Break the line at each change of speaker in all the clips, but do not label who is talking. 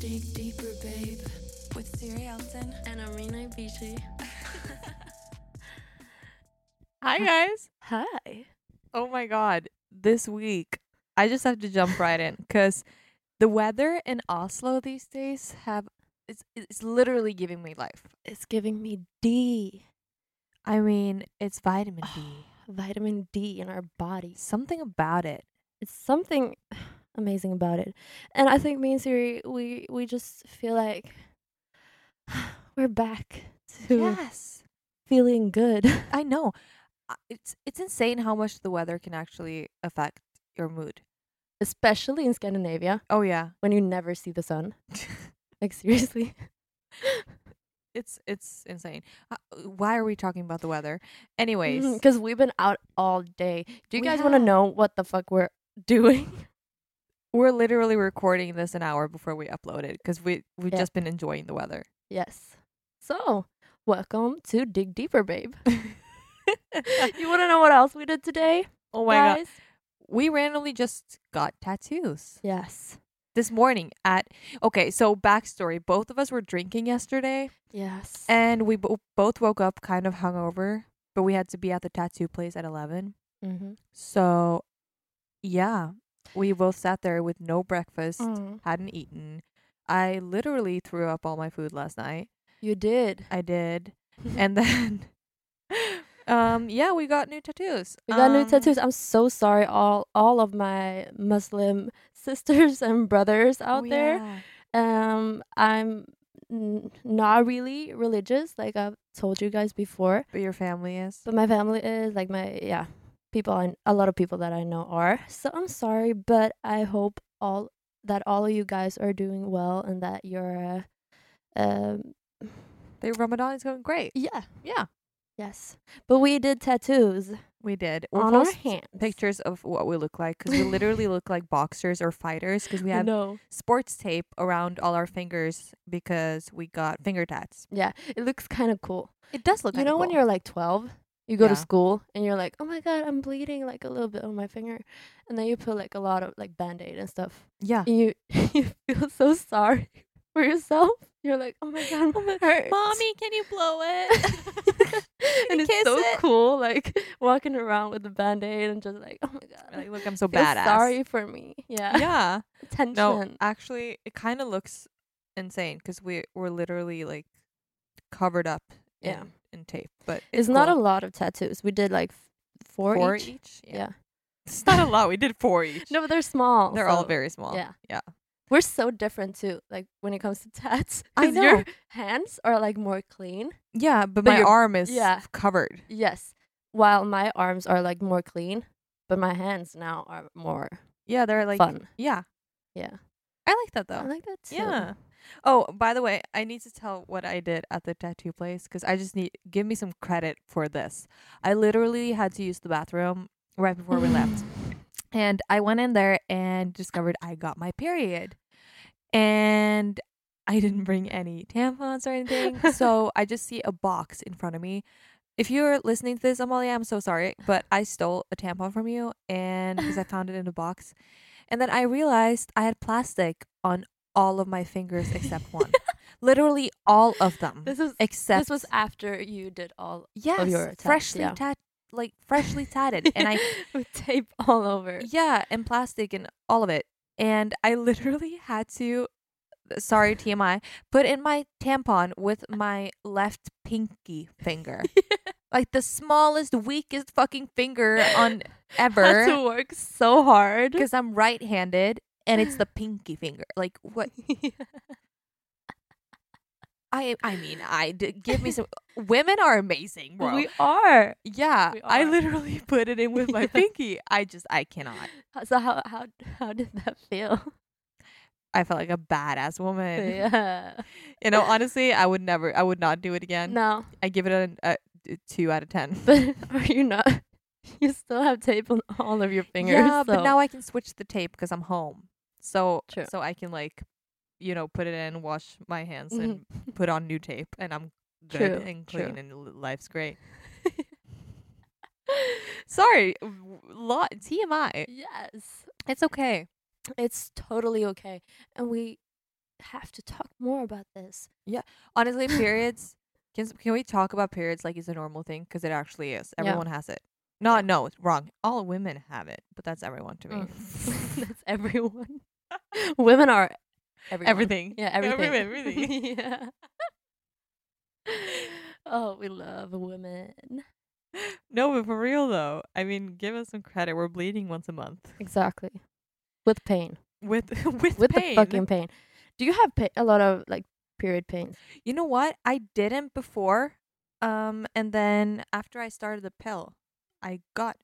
Dig deeper, babe. With Siri Elton.
And Amina Beatty.
Hi guys.
Hi.
Oh my god. This week I just have to jump right in cuz the weather in Oslo these days have it's it's literally giving me life.
It's giving me D.
I mean, it's vitamin D.
Vitamin D in our bodies.
Something about it.
It's something amazing about it. And I think me and Siri, we, we just feel like we're back to
Yes.
feeling good.
I know. I- It's it's insane how much the weather can actually affect your mood.
Especially in Scandinavia
Oh yeah.
when you never see the sun. Like, seriously.
it's it's insane. Uh, why are we talking about the weather? Anyways,
Because we've been out all day. Do you
We
guys want to
have.
know what the fuck we're doing?
we're literally recording this an hour before we upload it because we we've
Yeah.
just been enjoying the weather.
Yes. So, welcome to Dig Deeper, babe. you want to know what else we did today?
oh my god,
guys?
we randomly just got tattoos
Yes.
this morning at. Okay, so backstory: both of us were drinking yesterday,
Yes.
and we bo- both woke up kind of hungover, but we had to be at the tattoo place at eleven.
Mm-hmm.
So, yeah, we both sat there with no breakfast,
Mm.
hadn't eaten. I literally threw up all my food last night.
You did.
I did. and then um yeah, we got new tattoos.
We got new
Um,
tattoos. I'm so sorry, all all of my Muslim sisters and brothers out
oh,
there.
yeah.
Um, I'm n- not really religious, like I've told you guys before.
But your family is.
But my family is like my yeah, people I, a lot of people that I know are. So I'm sorry, but I hope all that all of you guys are doing well and that you're uh, um
The Ramadan is going great.
yeah,
Yeah,
yes. But we did tattoos
we did.
on our
post
hands.
Pictures of what we look like because we literally look like boxers or fighters because we have
No.
sports tape around all our fingers because we got finger tats.
Yeah, it looks kind of cool.
It does look
you know when
cool.
you're like 12, you go to
Yeah.
school and you're like, "Oh my god, I'm bleeding like a little bit on my finger." And then you put like a lot of like band-aid and stuff.
yeah.
And you you feel so sorry for yourself. You're like, oh my god, oh my hurts.
can you blow
and it's
kiss
so
it.
cool, like walking around with a band aid and just like, oh my god,
like, look, I'm so
feel
badass.
Sorry for me. Yeah,
Yeah.
tension.
No, actually, it kind of looks insane because we we're literally like covered up.
Yeah.
In, in tape, but
it's not a lot of tattoos. We did like f- four,
four
each.
each.
Yeah.
It's not a lot. We did four each.
No, but they're small.
they're all
so
very small.
yeah.
Yeah.
We're so different too. Like when it comes to tats,
I
'cause Your
know.
hands are like more clean.
Yeah, but,
But
my
your-
arm is
yeah.
covered.
Yes, while my arms are like more clean, but my hands now are more
Yeah, they're like
fun.
yeah.
Yeah.
I like that though.
I like that too.
yeah. Oh, by the way, I need to tell what I did at the tattoo place because I just need give me some credit for this. I literally had to use the bathroom right before we left. And I went in there and discovered I got my period. And I didn't bring any tampons or anything. so I just see a box in front of me. If you're listening to this, Amalia, I'm so sorry, but I stole a tampon from you and because I found it in a box. And then I realized I had plastic on all of my fingers except one. Literally all of them.
This is
except
this was after you did all
yes,
your tats,
freshly
yeah.
tat like freshly tatted. And I
with tape all over.
yeah, and plastic and all of it. And I literally had to, uh, sorry TMI, put in my tampon with my left pinky finger, like the smallest, weakest fucking finger on
Had to
ever,
work so hard.
because I'm right-handed and it's the pinky finger. Like what? I I mean, I d- give me some. Women are amazing, bro.
we are.
yeah,
we
I
are.
literally put it in with my
Yeah.
pinky. I just I cannot.
So how how how did that feel?
I felt like a badass woman.
yeah.
You know, honestly, I would never, I would not do it again.
No,
I give it an- a, a two out of ten.
but are you not? You still have tape on all of your fingers.
yeah, but
so-
now I can switch the tape because I'm home, so
True.
so I can like, you know, put it in, wash my hands, and put on new tape, and I'm good
True,
and
true.
clean, and l- life's great. Sorry, w- lot TMI.
yes,
It's okay.
it's totally okay, and we have to talk more about this.
Honestly, periods. Can, can we talk about periods like it's a normal thing? Because it actually is.
Yeah.
Everyone has it. No, no, it's wrong. All women have it, but that's everyone to me.
Mm. That's everyone. Women are everyone.
everything.
Yeah, everything.
Everything. everything.
yeah. Oh, we love women.
no, but for real though. I mean, give us some credit. We're bleeding once a month
Exactly. With pain.
with with,
With
pain.
the fucking pain. Do you have pa- a lot of like period pains?
You know what? I didn't before. Um, and then after I started the pill, I got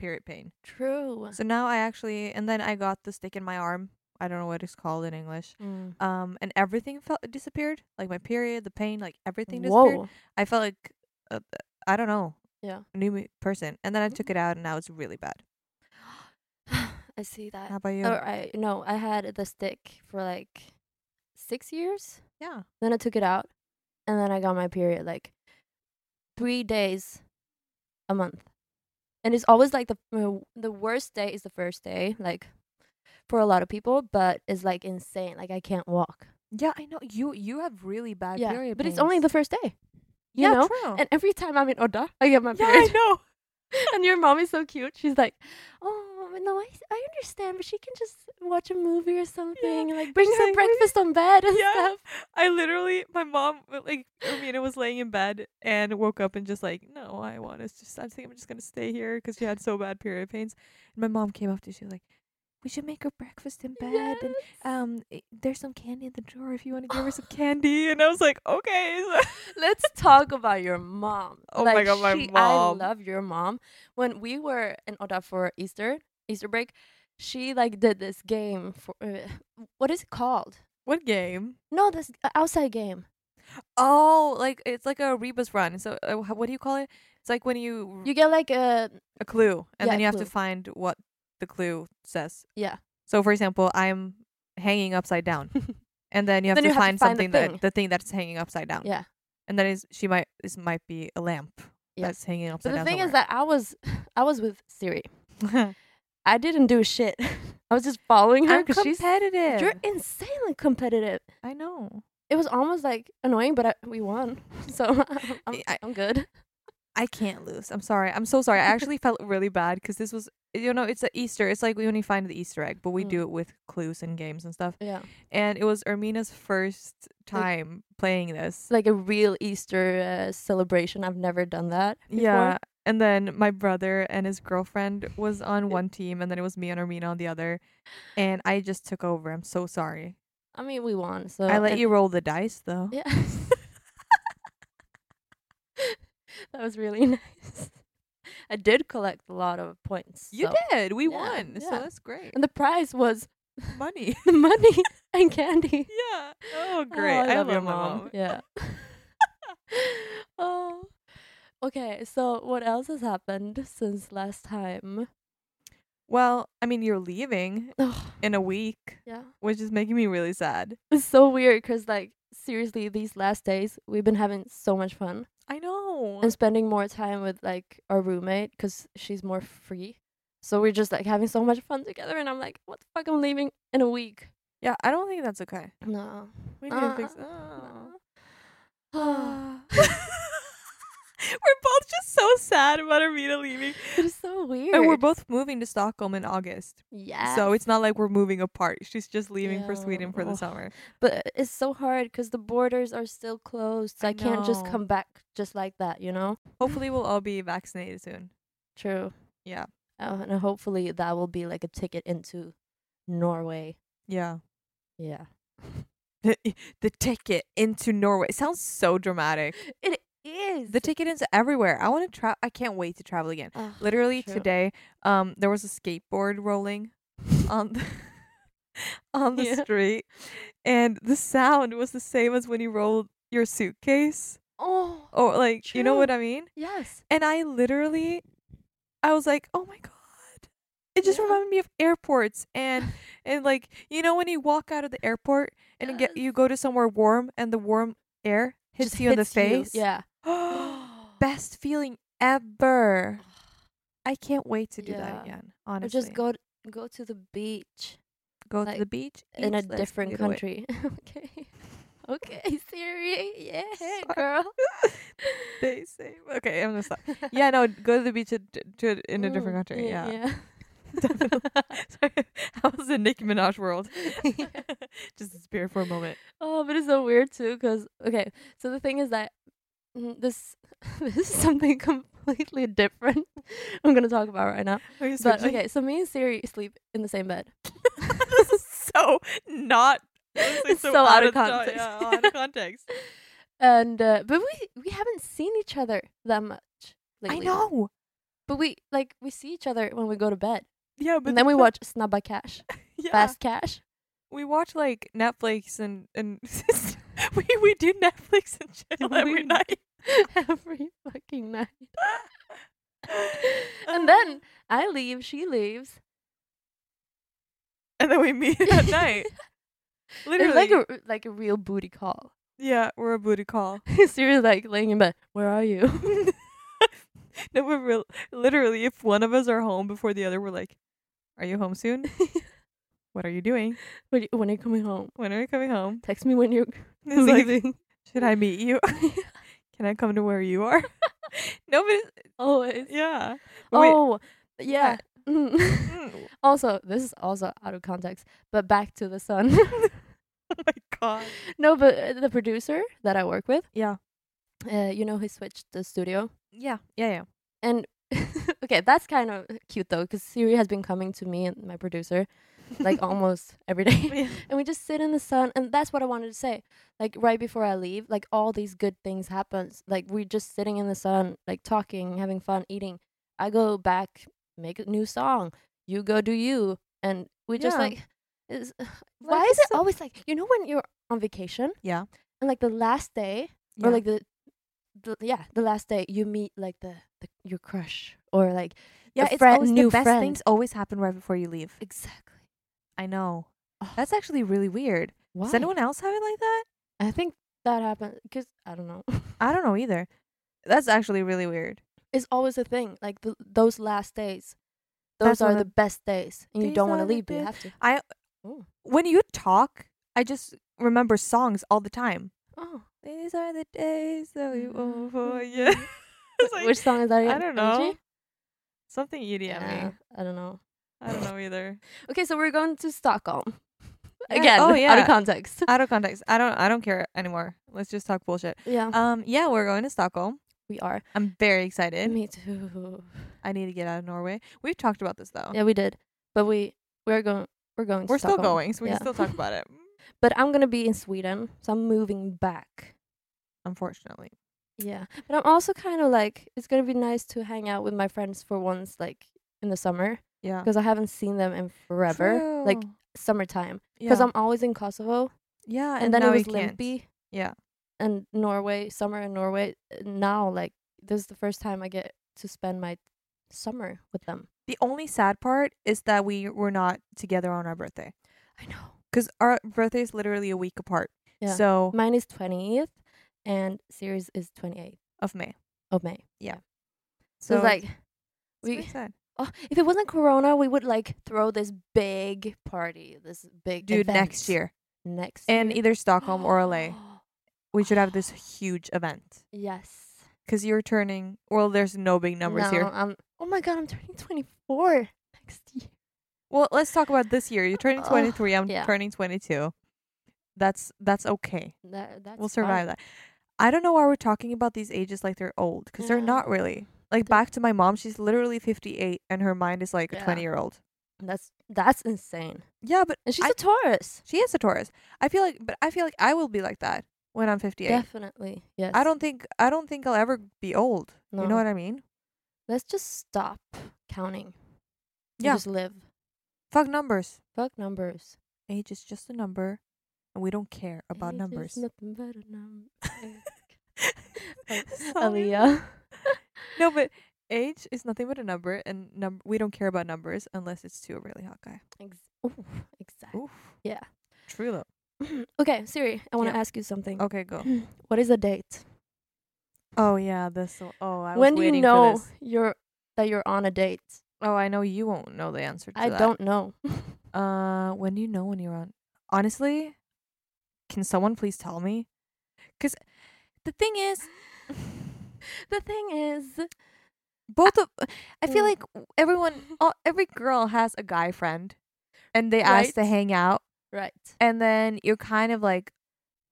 period pain.
True.
So now I actually, and then I got the stick in my arm. I don't know what it's called in English.
Mm.
Um, and everything felt disappeared. Like my period, the pain, like everything disappeared.
Whoa.
I felt like uh, I don't know.
Yeah.
a new me- person. And then I took it out, and now it's really bad.
I see that.
How about you?
Or Oh, I no, I had the stick for like six years.
yeah.
Then I took it out, and then I got my period like three days a month, and it's always like the uh, the worst day is the first day, like for a lot of people, but it's like insane. Like I can't walk.
Yeah, I know you. You have really bad
yeah,
period,
but it's only the
pains.
first day, you
yeah,
know.
true.
And every time I'm in Oda, I get my
yeah, I
period.
know.
and your mom is so cute. She's like, "Oh no, I, I understand, but she can just watch a movie or something, and, like bring
She's
her
like, "Maybe-
breakfast on bed and
Yeah.
stuff."
I literally, my mom, uh, like, Amina was laying in bed and woke up and just like, no, I want to just, I think I'm just going to stay here because she had so bad period pains. And my mom came up to, she was like, we should make her breakfast in bed. And
uh,
um, i- there's some candy in the drawer if you want to give her some candy. And I was like, okay.
Let's talk about your mom.
Oh my God, my
she-
mom.
I love your mom. When we were in Oda for Easter, Easter break, she like did this game for uh, what is it called?
what game?
No, this uh, outside game.
Oh, like, it's like a rebus run. So, uh, wh- what do you call it? It's like when you,
You get like uh, a
a clue and
Yeah,
then
a
you have to
clue.
find what the clue says.
Yeah.
So, for example, I'm hanging upside down. and then you have,
Then
to,
you have to
find
find the
something
thing.
that the thing that's hanging upside down.
Yeah.
And that is she might this might be a lamp
Yeah.
that's hanging
but
upside
the
down.
thing is that I was I was with Siri.
that
I didn't do shit. I was just following her
I'm
because she's
competitive.
you're insanely competitive.
I know.
It was almost like annoying, but I, we won, so I'm,
I-
I'm good.
I can't lose. I'm sorry. I'm so sorry. I actually felt really bad because this was you know it's a Easter. It's like we only find the Easter egg, but we
Mm.
do it with clues and games and stuff.
Yeah,
And it was Ermina's first time playing this.
it's like a real Easter uh, celebration. I've never done that. Before.
Yeah. And then my brother and his girlfriend was on one team, and then it was me and Ermina on the other. And I just took over. I'm so sorry.
I mean we won, so
I let
and-
you roll the dice though.
Yeah, that was really nice. I did collect a lot of points. so-
did. We
Yeah, yeah.
that's great.
and the prize was
Money.
the money and candy.
yeah. Oh,
Oh,
great. I, love,
your
my mom.
Yeah. oh. Okay, so what else has happened since last time?
Well, I mean, you're leaving
Oh,
in a week,
yeah.
which is making me really sad.
It's so weird cuz like seriously these last days we've been having so much fun
I know.
and spending more time with like our roommate cuz she's more free. So we're just like having so much fun together and I'm like what the fuck I'm leaving in a week.
yeah, I don't think that's okay.
No.
We need to fix.
Uh,
Oh.
no.
We're uh. both just so sad about Armina leaving.
it is so weird.
And we're both moving to Stockholm in August.
yeah.
So it's not like we're moving apart. She's just leaving for
Ah. Yeah. Oh.
Sweden for the
Ugh.
summer.
But it's so hard because the borders are still closed. So I,
I
can't just
know.
come back just like that, you know?
Hopefully, we'll all be vaccinated soon.
True.
Yeah.
Oh, and hopefully that will be like a ticket into Norway.
Yeah.
Yeah.
the, the ticket into Norway. It sounds so dramatic.
It is.
The ticket into everywhere. I want to travel. I can't wait to travel again.
Ugh,
Literally
true.
today, um, there was a skateboard rolling on the on the
Yeah.
street, and the sound was the same as when you rolled your suitcase.
Oh,
Or like, you know what
True.
I mean?
yes.
And I literally, I was like, oh my god. It just
Yeah.
reminded me of airports and and like you know when you walk out of the airport and you get you go to somewhere warm and the warm air hits
Just
you in the
hits you.
face.
Yeah.
Best feeling ever. I can't wait to do
Yeah.
that again.
Or
Honestly.
just go go to the beach.
go
Like,
to the beach
in a
eat, let's
different
get away.
country. okay. Okay, Siri. Yeah,
Sorry.
girl.
They say okay. I'm gonna stop. Yeah, no, go to the beach at- to, to, in a different
Mm,
country. Yeah,
yeah.
definitely. Sorry, that was the Nicki Minaj world. Just disappear for a moment.
Oh, but it's so weird too, cause okay. So the thing is that mm, this this is something completely different. I'm gonna talk about right now.
Are you
But
switching?
okay, so me and Siri sleep in the same bed.
this is so not. honestly,
It's so out of
ti-
context.
yeah, out of context.
and uh, but we we haven't seen each other that much lately.
I know.
but we like we see each other when we go to bed,
Yeah, but
and then we
the-
watch Snabba Cash,
yeah.
Fast Cash.
We watch like Netflix and and we we do Netflix and chill every
We-
night.
every fucking night. and then I leave, she leaves.
and then we meet at night. Literally,
It's like a like a real booty call.
yeah, we're a booty call.
Siri's like laying in bed. Where are you?
no, we're real, literally if one of us are home before the other, we're like, "Are you home soon? What are you doing?
when you- when are you coming home?
When are you coming home?"
Text me when you're
It's like,
leaving.
"Should I meet you? Can I come to where you are?" no, but it's,
Always.
yeah. But wait,
Oh, yeah. Mm.
mm,
also, this is also out of context, but back to the sun.
oh my god.
no, but uh, the producer that I work with,
Yeah.
uh, you know, he switched the studio.
Yeah. Yeah. Yeah.
And okay, that's kind of cute though, because Siri has been coming to me and my producer like almost every day.
Yeah.
and we just sit in the sun and that's what i wanted to say like right before i leave like all these good things happens like we're just sitting in the sun like talking having fun eating i go back make a new song you go do you and we just
Yeah.
like is, why is
is
it
so-
always like you know when you're on vacation
Yeah.
and like the last day
Yeah.
or like the, the yeah the last day you meet like the, the your crush or like
Yeah,
the
it's
friend-
always
new
the best
friend.
things always happen right before you leave.
exactly
I know.
Oh.
That's actually really weird.
why
Does anyone else have it like that?
i think that happened because i don't know
I don't know either. That's actually really weird.
It's always a thing. Like th those last days,
That's
those
one
are
of
the best days, and
These
you don't
are
want to
the
leave, but you
best-
have to.
I-
Ooh.
When you talk, I just remember songs all the time.
Oh,
These are the days that we won't forget. Mm-hmm. It's like,
which song is that? Again?
I don't
Energy?
know. Something EDM.
Yeah, I don't know.
I don't know either.
Okay, so we're going to Stockholm
Yeah,
again.
oh,
out of
yeah.
context.
Out of context. I don't. I don't care anymore. Let's just talk bullshit.
Yeah,
Um. Yeah, we're going to Stockholm.
Uh, we are.
I'm very excited.
Me too.
I need to get out of Norway. We've talked about this though.
Yeah, we did, but we we're going. We're going. to
Oh. We're still
Stockholm.
going, so we
Yeah.
can still talk about it.
But I'm gonna be in Sweden, so I'm moving back.
Unfortunately.
Yeah, but I'm also kind of like it's gonna be nice to hang out with my friends for once, like in the summer,
Yeah.
because I haven't seen them in forever, like
True.
summertime.
yeah.
because I'm always in Kosovo,
yeah,
and, then
now
it
we
was
can't.
Limpy.
Yeah.
And Norway, summer in Norway. Uh, Now, like this is the first time I get to spend my summer with them.
The only sad part is that we were not together on our birthday
I know.
because our birthday is literally a week apart.
Yeah.
So
Mine is twentieth, and Series is twenty eighth
of May.
of May.
So
So it's like
it's pretty
we-
sad.
oh, if it wasn't Corona, we would like throw this big party, this big
dude
event
next year
next
in
year.
either Stockholm or LA. We should have this huge event
Yes.
because you're turning. Well, there's no big numbers
no,
here.
I'm, oh my god, I'm turning twenty four next year.
Well, let's talk about this year. You're turning
Ugh,
23. I'm
Oh, yeah.
turning 22. That's that's okay.
That, that's
we'll survive
fine.
that. I don't know why we're talking about these ages like they're old because they're
Yeah.
not really. Like
They're-
back to my mom, she's literally 58 and her mind is like a
Yeah.
20 year old.
That's that's insane.
Yeah, but
And she's
I-
a Taurus.
she is a Taurus. I feel like, but I feel like I will be like that when I'm 58.
Definitely. Yes.
I don't think I don't think I'll ever be old. You
No.
know what I mean?
Let's just stop counting. and
Yeah.
Just live.
Fuck numbers.
Fuck numbers.
Age is just a number, and we don't care about
Age is
numbers.
nothing but a num-
Sorry.
Aaliyah.
No, but age is nothing but a number, and num- we don't care about numbers unless it's to a really hot guy.
Ex- ooh, exactly.
Oof.
Yeah.
True though.
okay, Siri, I want to
Yeah. Oh.
ask you something.
Okay, go.
What is a date?
Oh yeah, this. o- Oh, I was
when do
waiting
you
for
know
this.
you're that you're on a date?
Oh, I know you won't know the answer to
I
that.
don't know.
Uh, when do you know when you're on? Honestly, can someone please tell me? Because the thing is,
the thing is,
both of I feel
Mm.
like everyone, all, every girl has a guy friend, and they ask to
Right.
hang out,
right.
and then you're kind of like,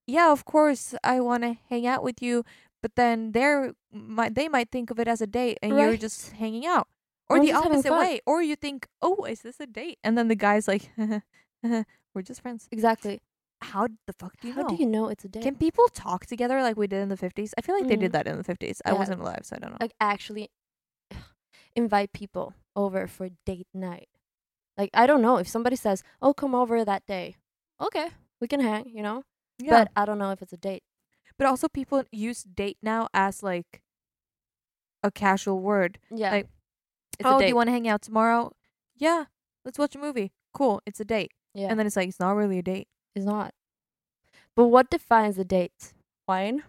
yeah, of course I want to hang out with you, but then they're might they might think of it as a date, and you're
Right.
just hanging out, or
We're
the
just having
opposite
fun.
way, or you think, oh, is this a date? And then the guy's like, we're just friends.
Exactly.
How the fuck do you
How
know?
do you know it's a date?
Can people talk together like we did in the 50s? I feel like they
Mhm.
did that in the 50s. I
Yeah. Uh,
wasn't alive, so I don't know.
like actually invite people over for date night. Like I don't know if somebody says, "Oh, come over that day." Okay, we can hang, you know.
yeah.
But I don't know if it's a date.
But also, people use date now as like a casual word.
Yeah.
Like,
it's
oh,
a
do
date.
you want to hang out tomorrow? Yeah, let's watch a movie. Cool, it's a date.
yeah.
And then it's like, it's not really a date.
it's not. But what defines a date? Wine?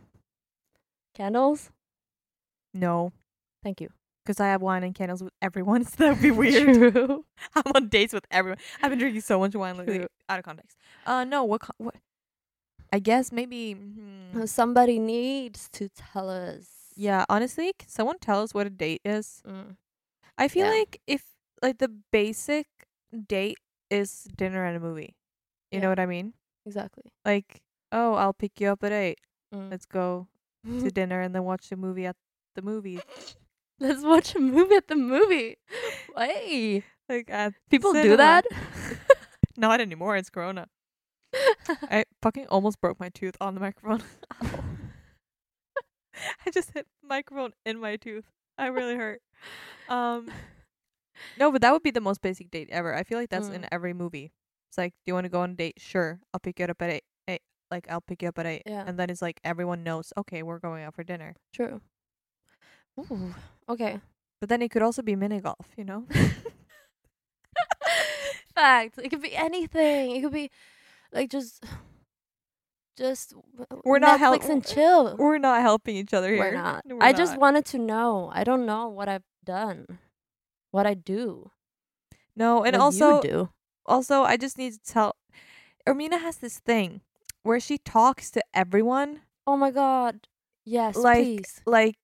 Candles?
No,
Thank you.
because I have wine and candles with everyone, so that would be weird.
True.
I'm on dates with everyone. I've been drinking so much wine lately.
True.
Out of context. Uh, no, what? co- what? I guess maybe. hmm,
Somebody needs to tell us.
Yeah, honestly, can someone tell us what a date is?
Mm.
I feel
Yeah.
like if like the basic date is dinner and a movie. You know
Yeah.
what I mean?
Exactly.
Like, oh, I'll pick you up at eight.
Mm.
Let's go to dinner and then watch the movie at the movie.
Let's watch a movie at the movie. Hey,
Like at
people do
cinema.
that?
Not anymore, it's corona. I fucking almost broke my tooth on the microphone. I just hit the microphone in my tooth. I really hurt. Um No, but that would be the most basic date ever. I feel like that's in
Mm.
every movie. It's like, do you want to go on a date? Sure, I'll pick you up at eight. eight. Like, I'll pick you up at eight.
Yeah.
And then it's like everyone knows, okay, we're going out for dinner.
True. Ooh. Okay.
But then it could also be mini golf, you know?
Fact. It could be anything. It could be like just, just w-
We're not hel-
Netflix and chill.
We're not helping each other here.
We're not.
We're
I just
not.
wanted to know. I don't know what I've done, what I do,
no, and
what
also,
you do.
also, I just need to tell. Ermina has this thing where she talks to everyone
Oh my god. Yes,
Like-
please.
like,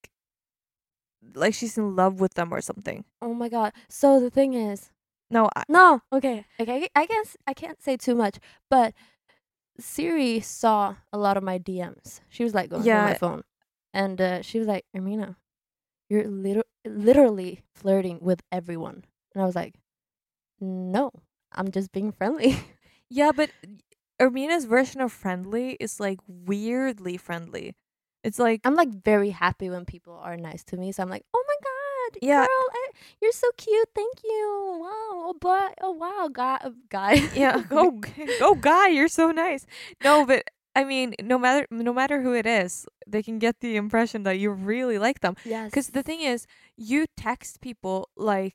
like she's in love with them or something.
Oh my god. So the thing is,
No, I,
No, okay, okay. I guess I can't say too much, but Siri saw a lot of my DMs. She was like going through my
Yeah.
phone, and uh, she was like, "Ermina, you're liter- literally flirting with everyone," and I was like, "No, I'm just being friendly."
yeah, but Ermina's version of friendly is like weirdly friendly. It's like
I'm like very happy when people are nice to me, so I'm like, "Oh my god,
Yeah.
girl, I, you're so cute. Thank you. Wow, oh boy, oh wow, guy, guy,
yeah, go go guy, you're so nice. No, but I mean, no matter no matter who it is, they can get the impression that you really like them.
yes,
Because the thing is, you text people like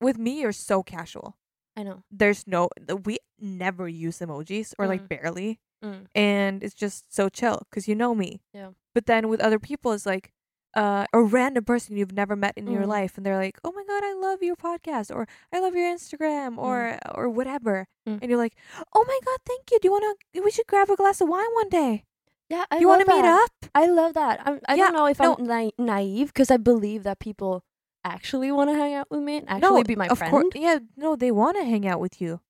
with me, you're so casual.
I know."
There's no th- we never use emojis or like
Mm.
barely,
Mm.
and it's just so chill because you know me.
Yeah.
But then with other people, it's like uh, a random person you've never met in your
Mm.
life, and they're like, "Oh my god, I love your podcast," or "I love your Instagram," or or whatever,
Mm.
and you're like, "Oh my god, thank you. Do you want to? We should grab a glass of wine one day.
Yeah, I
Do you
want
want to meet up?"
I love that. I'm, I
Yeah,
don't know if
no.
I'm na- naive because I believe that people actually want to hang out with me and actually be my
of
friend.
cour- yeah, no, they want to hang out with you.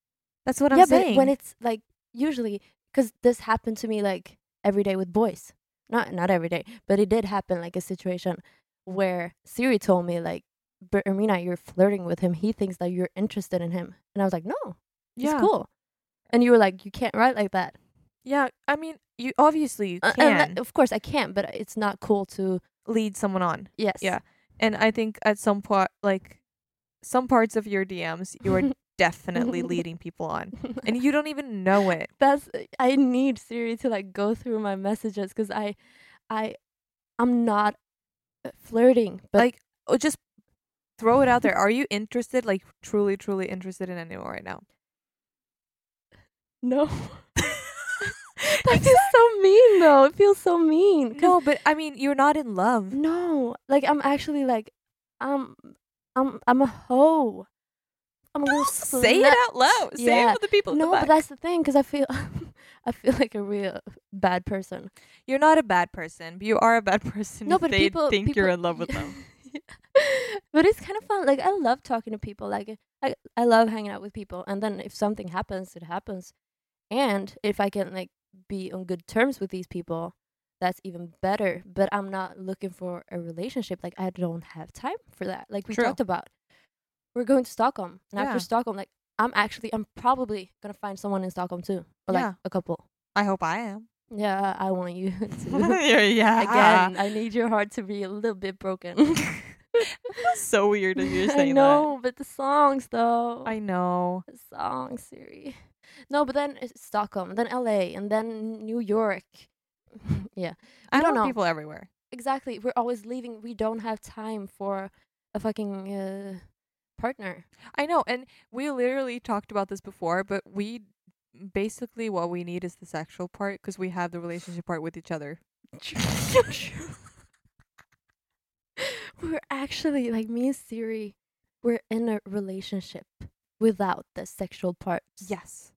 That's what
yeah,
I'm saying.
but when it's like usually because this happened to me like every day with boys. Not not every day, but it did happen like a situation where Siri told me like, "But Ermina, you're flirting with him. He thinks that you're interested in him," and I was like, "No,
yeah,
it's cool." And you were like, "You can't write like that."
yeah. I mean, you obviously you
Uh, and that-
can
of course, I can't, but it's not cool to
lead someone on,
yes.
Yeah. and I think at some part, like some parts of your DMs, you are definitely leading people on, and you don't even know it.
that's uh, i need siri to like go through my messages because i i i'm not uh, flirting but
like, oh, just throw it out there. Are you interested? Like, truly, truly interested in anyone right now?
no that feels so mean though it feels so mean 'cause-
No, but I mean, you're not in love.
no like i'm actually like i'm i'm i'm a hoe I'm gonna
Say it
slap-
out loud. Say it
Yeah.
with the people. at the
No, but
back.
that's the thing because I feel, I feel like a real bad person.
You're not a bad person, but you are a bad person.
No,
if
but
they
people
think
people,
you're in love with them.
but it's kind of fun. Like I love talking to people. Like I, I love hanging out with people. And then if something happens, it happens. And if I can like be on good terms with these people, that's even better. But I'm not looking for a relationship. Like I don't have time for that. Like we
True.
talked about, we're going to Stockholm, and
Yeah.
after Stockholm, like I'm actually, I'm probably gonna find someone in Stockholm too, or
Yeah.
like a couple.
I hope I am.
Yeah, I want you to.
yeah.
Again, I need your heart to be a little bit broken.
It feels so weird that you're
I
saying
know, but the songs though.
that. I know.
the songs, Siri. No, but then it's Stockholm, then LA, and then New York. yeah,
I want
don't know.
people everywhere.
exactly. We're always leaving. We don't have time for a fucking uh, partner.
I know. And we literally talked about this before, but we basically what we need is the sexual part because we have the relationship part with each other.
we're actually like me and Siri. We're in a relationship without the sexual parts.
Yes.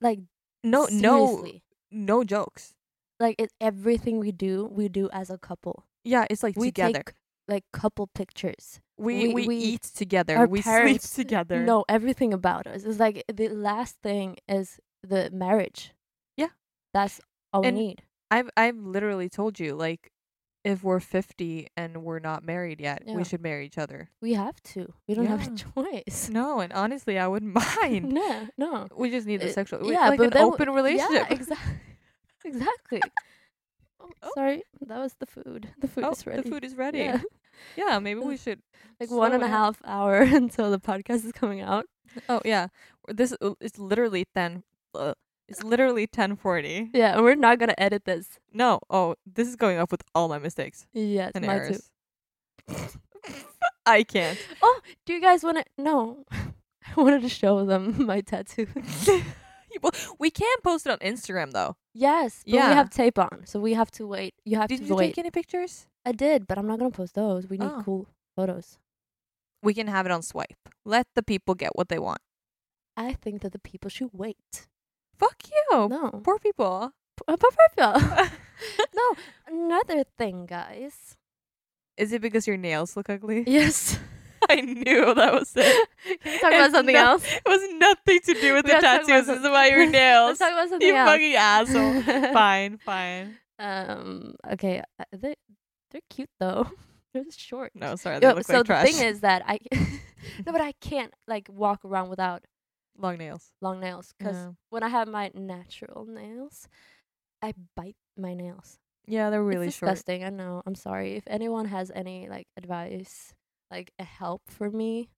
like
No,
seriously.
no, no jokes.
Like it, everything we do, we do as a couple.
Yeah, it's like
we
together.
take like couple pictures.
we,
we-
we
we-
eat together.
our
We
parents
sleep together.
Know everything about us. It's like the last thing is the marriage.
Yeah.
that's all
And-
we need.
I've I've literally told you like if we're 50 and we're not married yet,
Yeah.
we should marry each other.
We have to. We don't have
Yeah.
a choice.
No, and honestly, I wouldn't mind.
No, no.
We just need the
Uh,
sexual we-
yeah,
like
but
an
then w-
open relationship.
Yeah, exactly. exactly. Oh,
Oh.
Sorry, that was the food. The food
Oh,
is ready.
The food is ready.
Yeah.
Yeah, maybe we should
Like one
slow
and a
it
half hour until the podcast is coming out.
Oh yeah. This it's literally 10 uh, it's literally 10:40.
Yeah, and we're not gonna edit this.
No. Oh, this is going up with all my mistakes
Yes,
and
my too.
errors. I can't.
Oh, do you guys want to? No, I wanted to show them my tattoo.
Well, we can post it on Instagram though.
yes, but
Yeah.
we have tape on, so we have to wait. You have
Did
to
you
wait.
take any pictures?
I did, but I'm not gonna post those. We need
Oh.
cool photos.
we can have it on swipe. Let the people get what they want.
I think that the people should wait.
Fuck you.
No,
Poor people.
Uh, but for real. no. Another thing, guys.
Is it because your nails look ugly?
Yes.
I knew that was it.
Can we talk about
It's
something
no-
else?
It was nothing to do with
We
the
gotta talk about
tattoos.
some-
It's about your nails.
Let's talk about something
you
else.
fucking asshole. fine, fine.
um. Okay. uh, They they're cute though. They're short.
No, sorry, they
Yeah,
look
so
like trash.
the thing is that I no, but I can't like walk around without
long nails.
long nails because
Yeah.
when I have my natural nails, I bite my nails.
Yeah, they're really
it's
short.
disgusting. I know. I'm sorry. If anyone has any like advice, like a help for me,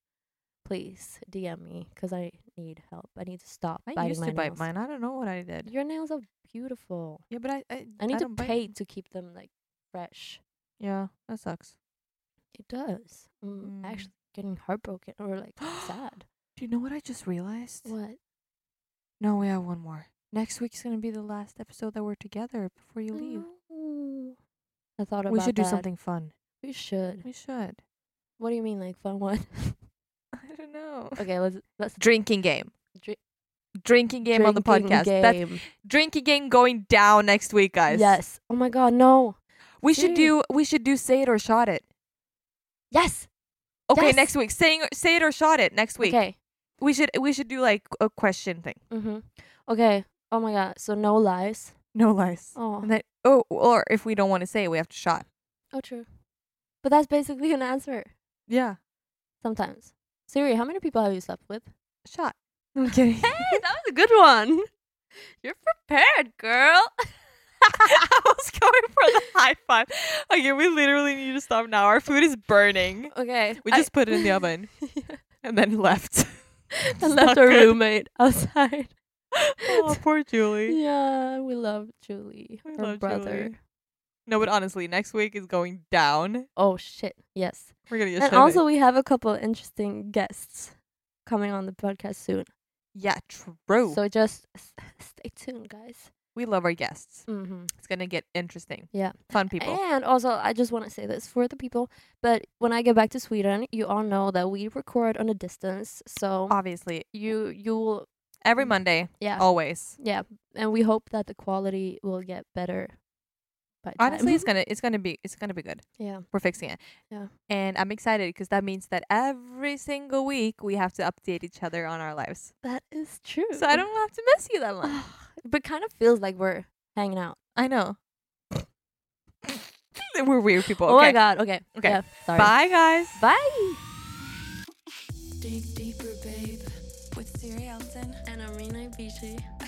please DM me because I need help. I need to stop
I
biting
used
my
to bite
nails.
mine. I don't know what I did.
Your nails are beautiful.
Yeah, but I I,
I need to
don't bite.
pay to keep them like fresh.
Yeah, that sucks.
It does. I'm
Mm.
actually getting heartbroken or like sad.
Do you know what I just realized?
What?
No, we have one more. Next week's gonna be the last episode that we're together before
Oh,
you leave.
No. I thought about
We should do
that.
something fun.
We should.
We should.
What do you mean, like fun one?
I don't know.
okay, let's let's
Drinking game.
Dri-
Drinking game on the
drinking
podcast. That's
game.
drinking game going down next week, guys.
Yes. Oh my god, no.
We should do
Dude.
we should do say it or shot it.
Yes.
Okay,
Yes.
next week. Saying say it or shot it next week.
Okay.
We should we should do like a question thing.
Mhm. Okay. Oh my god. So no lies.
No lies.
Oh.
And then, oh, or if we don't want to say it, we have to shot.
Oh, true. But that's basically an answer.
Yeah.
Sometimes. Siri, how many people have you slept with?
Shot. I'm kidding.
Hey, that was a good one. You're prepared, girl.
I was going for the high five. Okay, we literally need to stop now. Our food is burning.
Okay.
We
I-
just put it in the oven and then left.
I left
not
our
good.
roommate outside.
oh, poor Julie.
Yeah, we love Julie,
We
her
love
brother.
Julie. No, but honestly, next week is going down.
Oh shit! Yes,
We're gonna get
and
shit
also we have a couple interesting guests coming on the podcast soon.
yeah, true.
So just s- stay tuned, guys.
We love our guests.
hmm
It's gonna get interesting.
Yeah.
Fun Mm-hmm. people.
And also, I just want to say this for the people, but when I get back to Sweden, you all know that we record on a distance, so
Obviously.
you you will
Every
Mm.
Monday.
yeah
Always.
yeah, and we hope that the quality will get better. By time.
Honestly, it's gonna it's gonna be it's gonna be good.
yeah,
We're fixing it.
Yeah.
And I'm excited because that means that every single week we have to update each other on our lives.
that is true.
So I don't have to miss you that much.
but kind of feels like we're hanging out.
I know. We're weird people.
Oh my
Okay.
god. Okay.
Okay.
Yeah, sorry.
Bye guys.
Bye.
Dig deeper, babe, with Siri Elton.
And Arena Beachy.